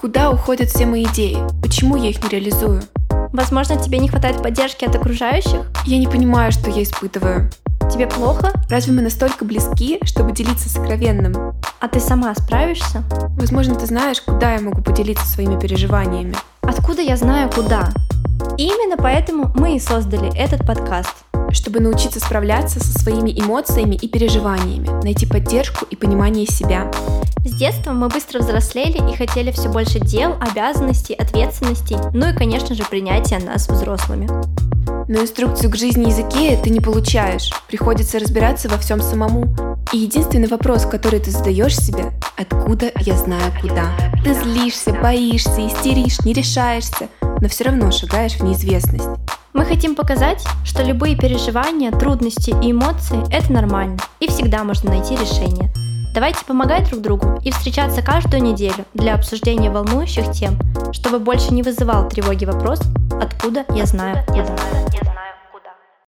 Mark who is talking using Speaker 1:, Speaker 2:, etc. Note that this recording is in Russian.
Speaker 1: Куда уходят все мои идеи? Почему я их не реализую?
Speaker 2: Возможно, тебе не хватает поддержки от окружающих?
Speaker 1: Я не понимаю, что я испытываю.
Speaker 2: Тебе плохо?
Speaker 1: Разве мы настолько близки, чтобы делиться сокровенным?
Speaker 2: А ты сама справишься?
Speaker 1: Возможно, ты знаешь, куда я могу поделиться своими переживаниями.
Speaker 2: Откуда я знаю куда? И именно поэтому мы и создали этот подкаст.
Speaker 1: Чтобы научиться справляться со своими эмоциями и переживаниями, найти поддержку и понимание себя.
Speaker 2: С детства мы быстро взрослели и хотели все больше дел, обязанностей, ответственностей, ну и, конечно же, принятия нас взрослыми.
Speaker 1: Но инструкцию к жизни из Икеи ты не получаешь. Приходится разбираться во всем самому. И единственный вопрос, который ты задаешь себе – откуда я знаю куда? Ты злишься, боишься, истеришь, не решаешься, но все равно шагаешь в неизвестность.
Speaker 2: Мы хотим показать, что любые переживания, трудности и эмоции – это нормально, и всегда можно найти решение. Давайте помогать друг другу и встречаться каждую неделю для обсуждения волнующих тем, чтобы больше не вызывал тревоги вопрос «Откуда я знаю?» я знаю, я знаю.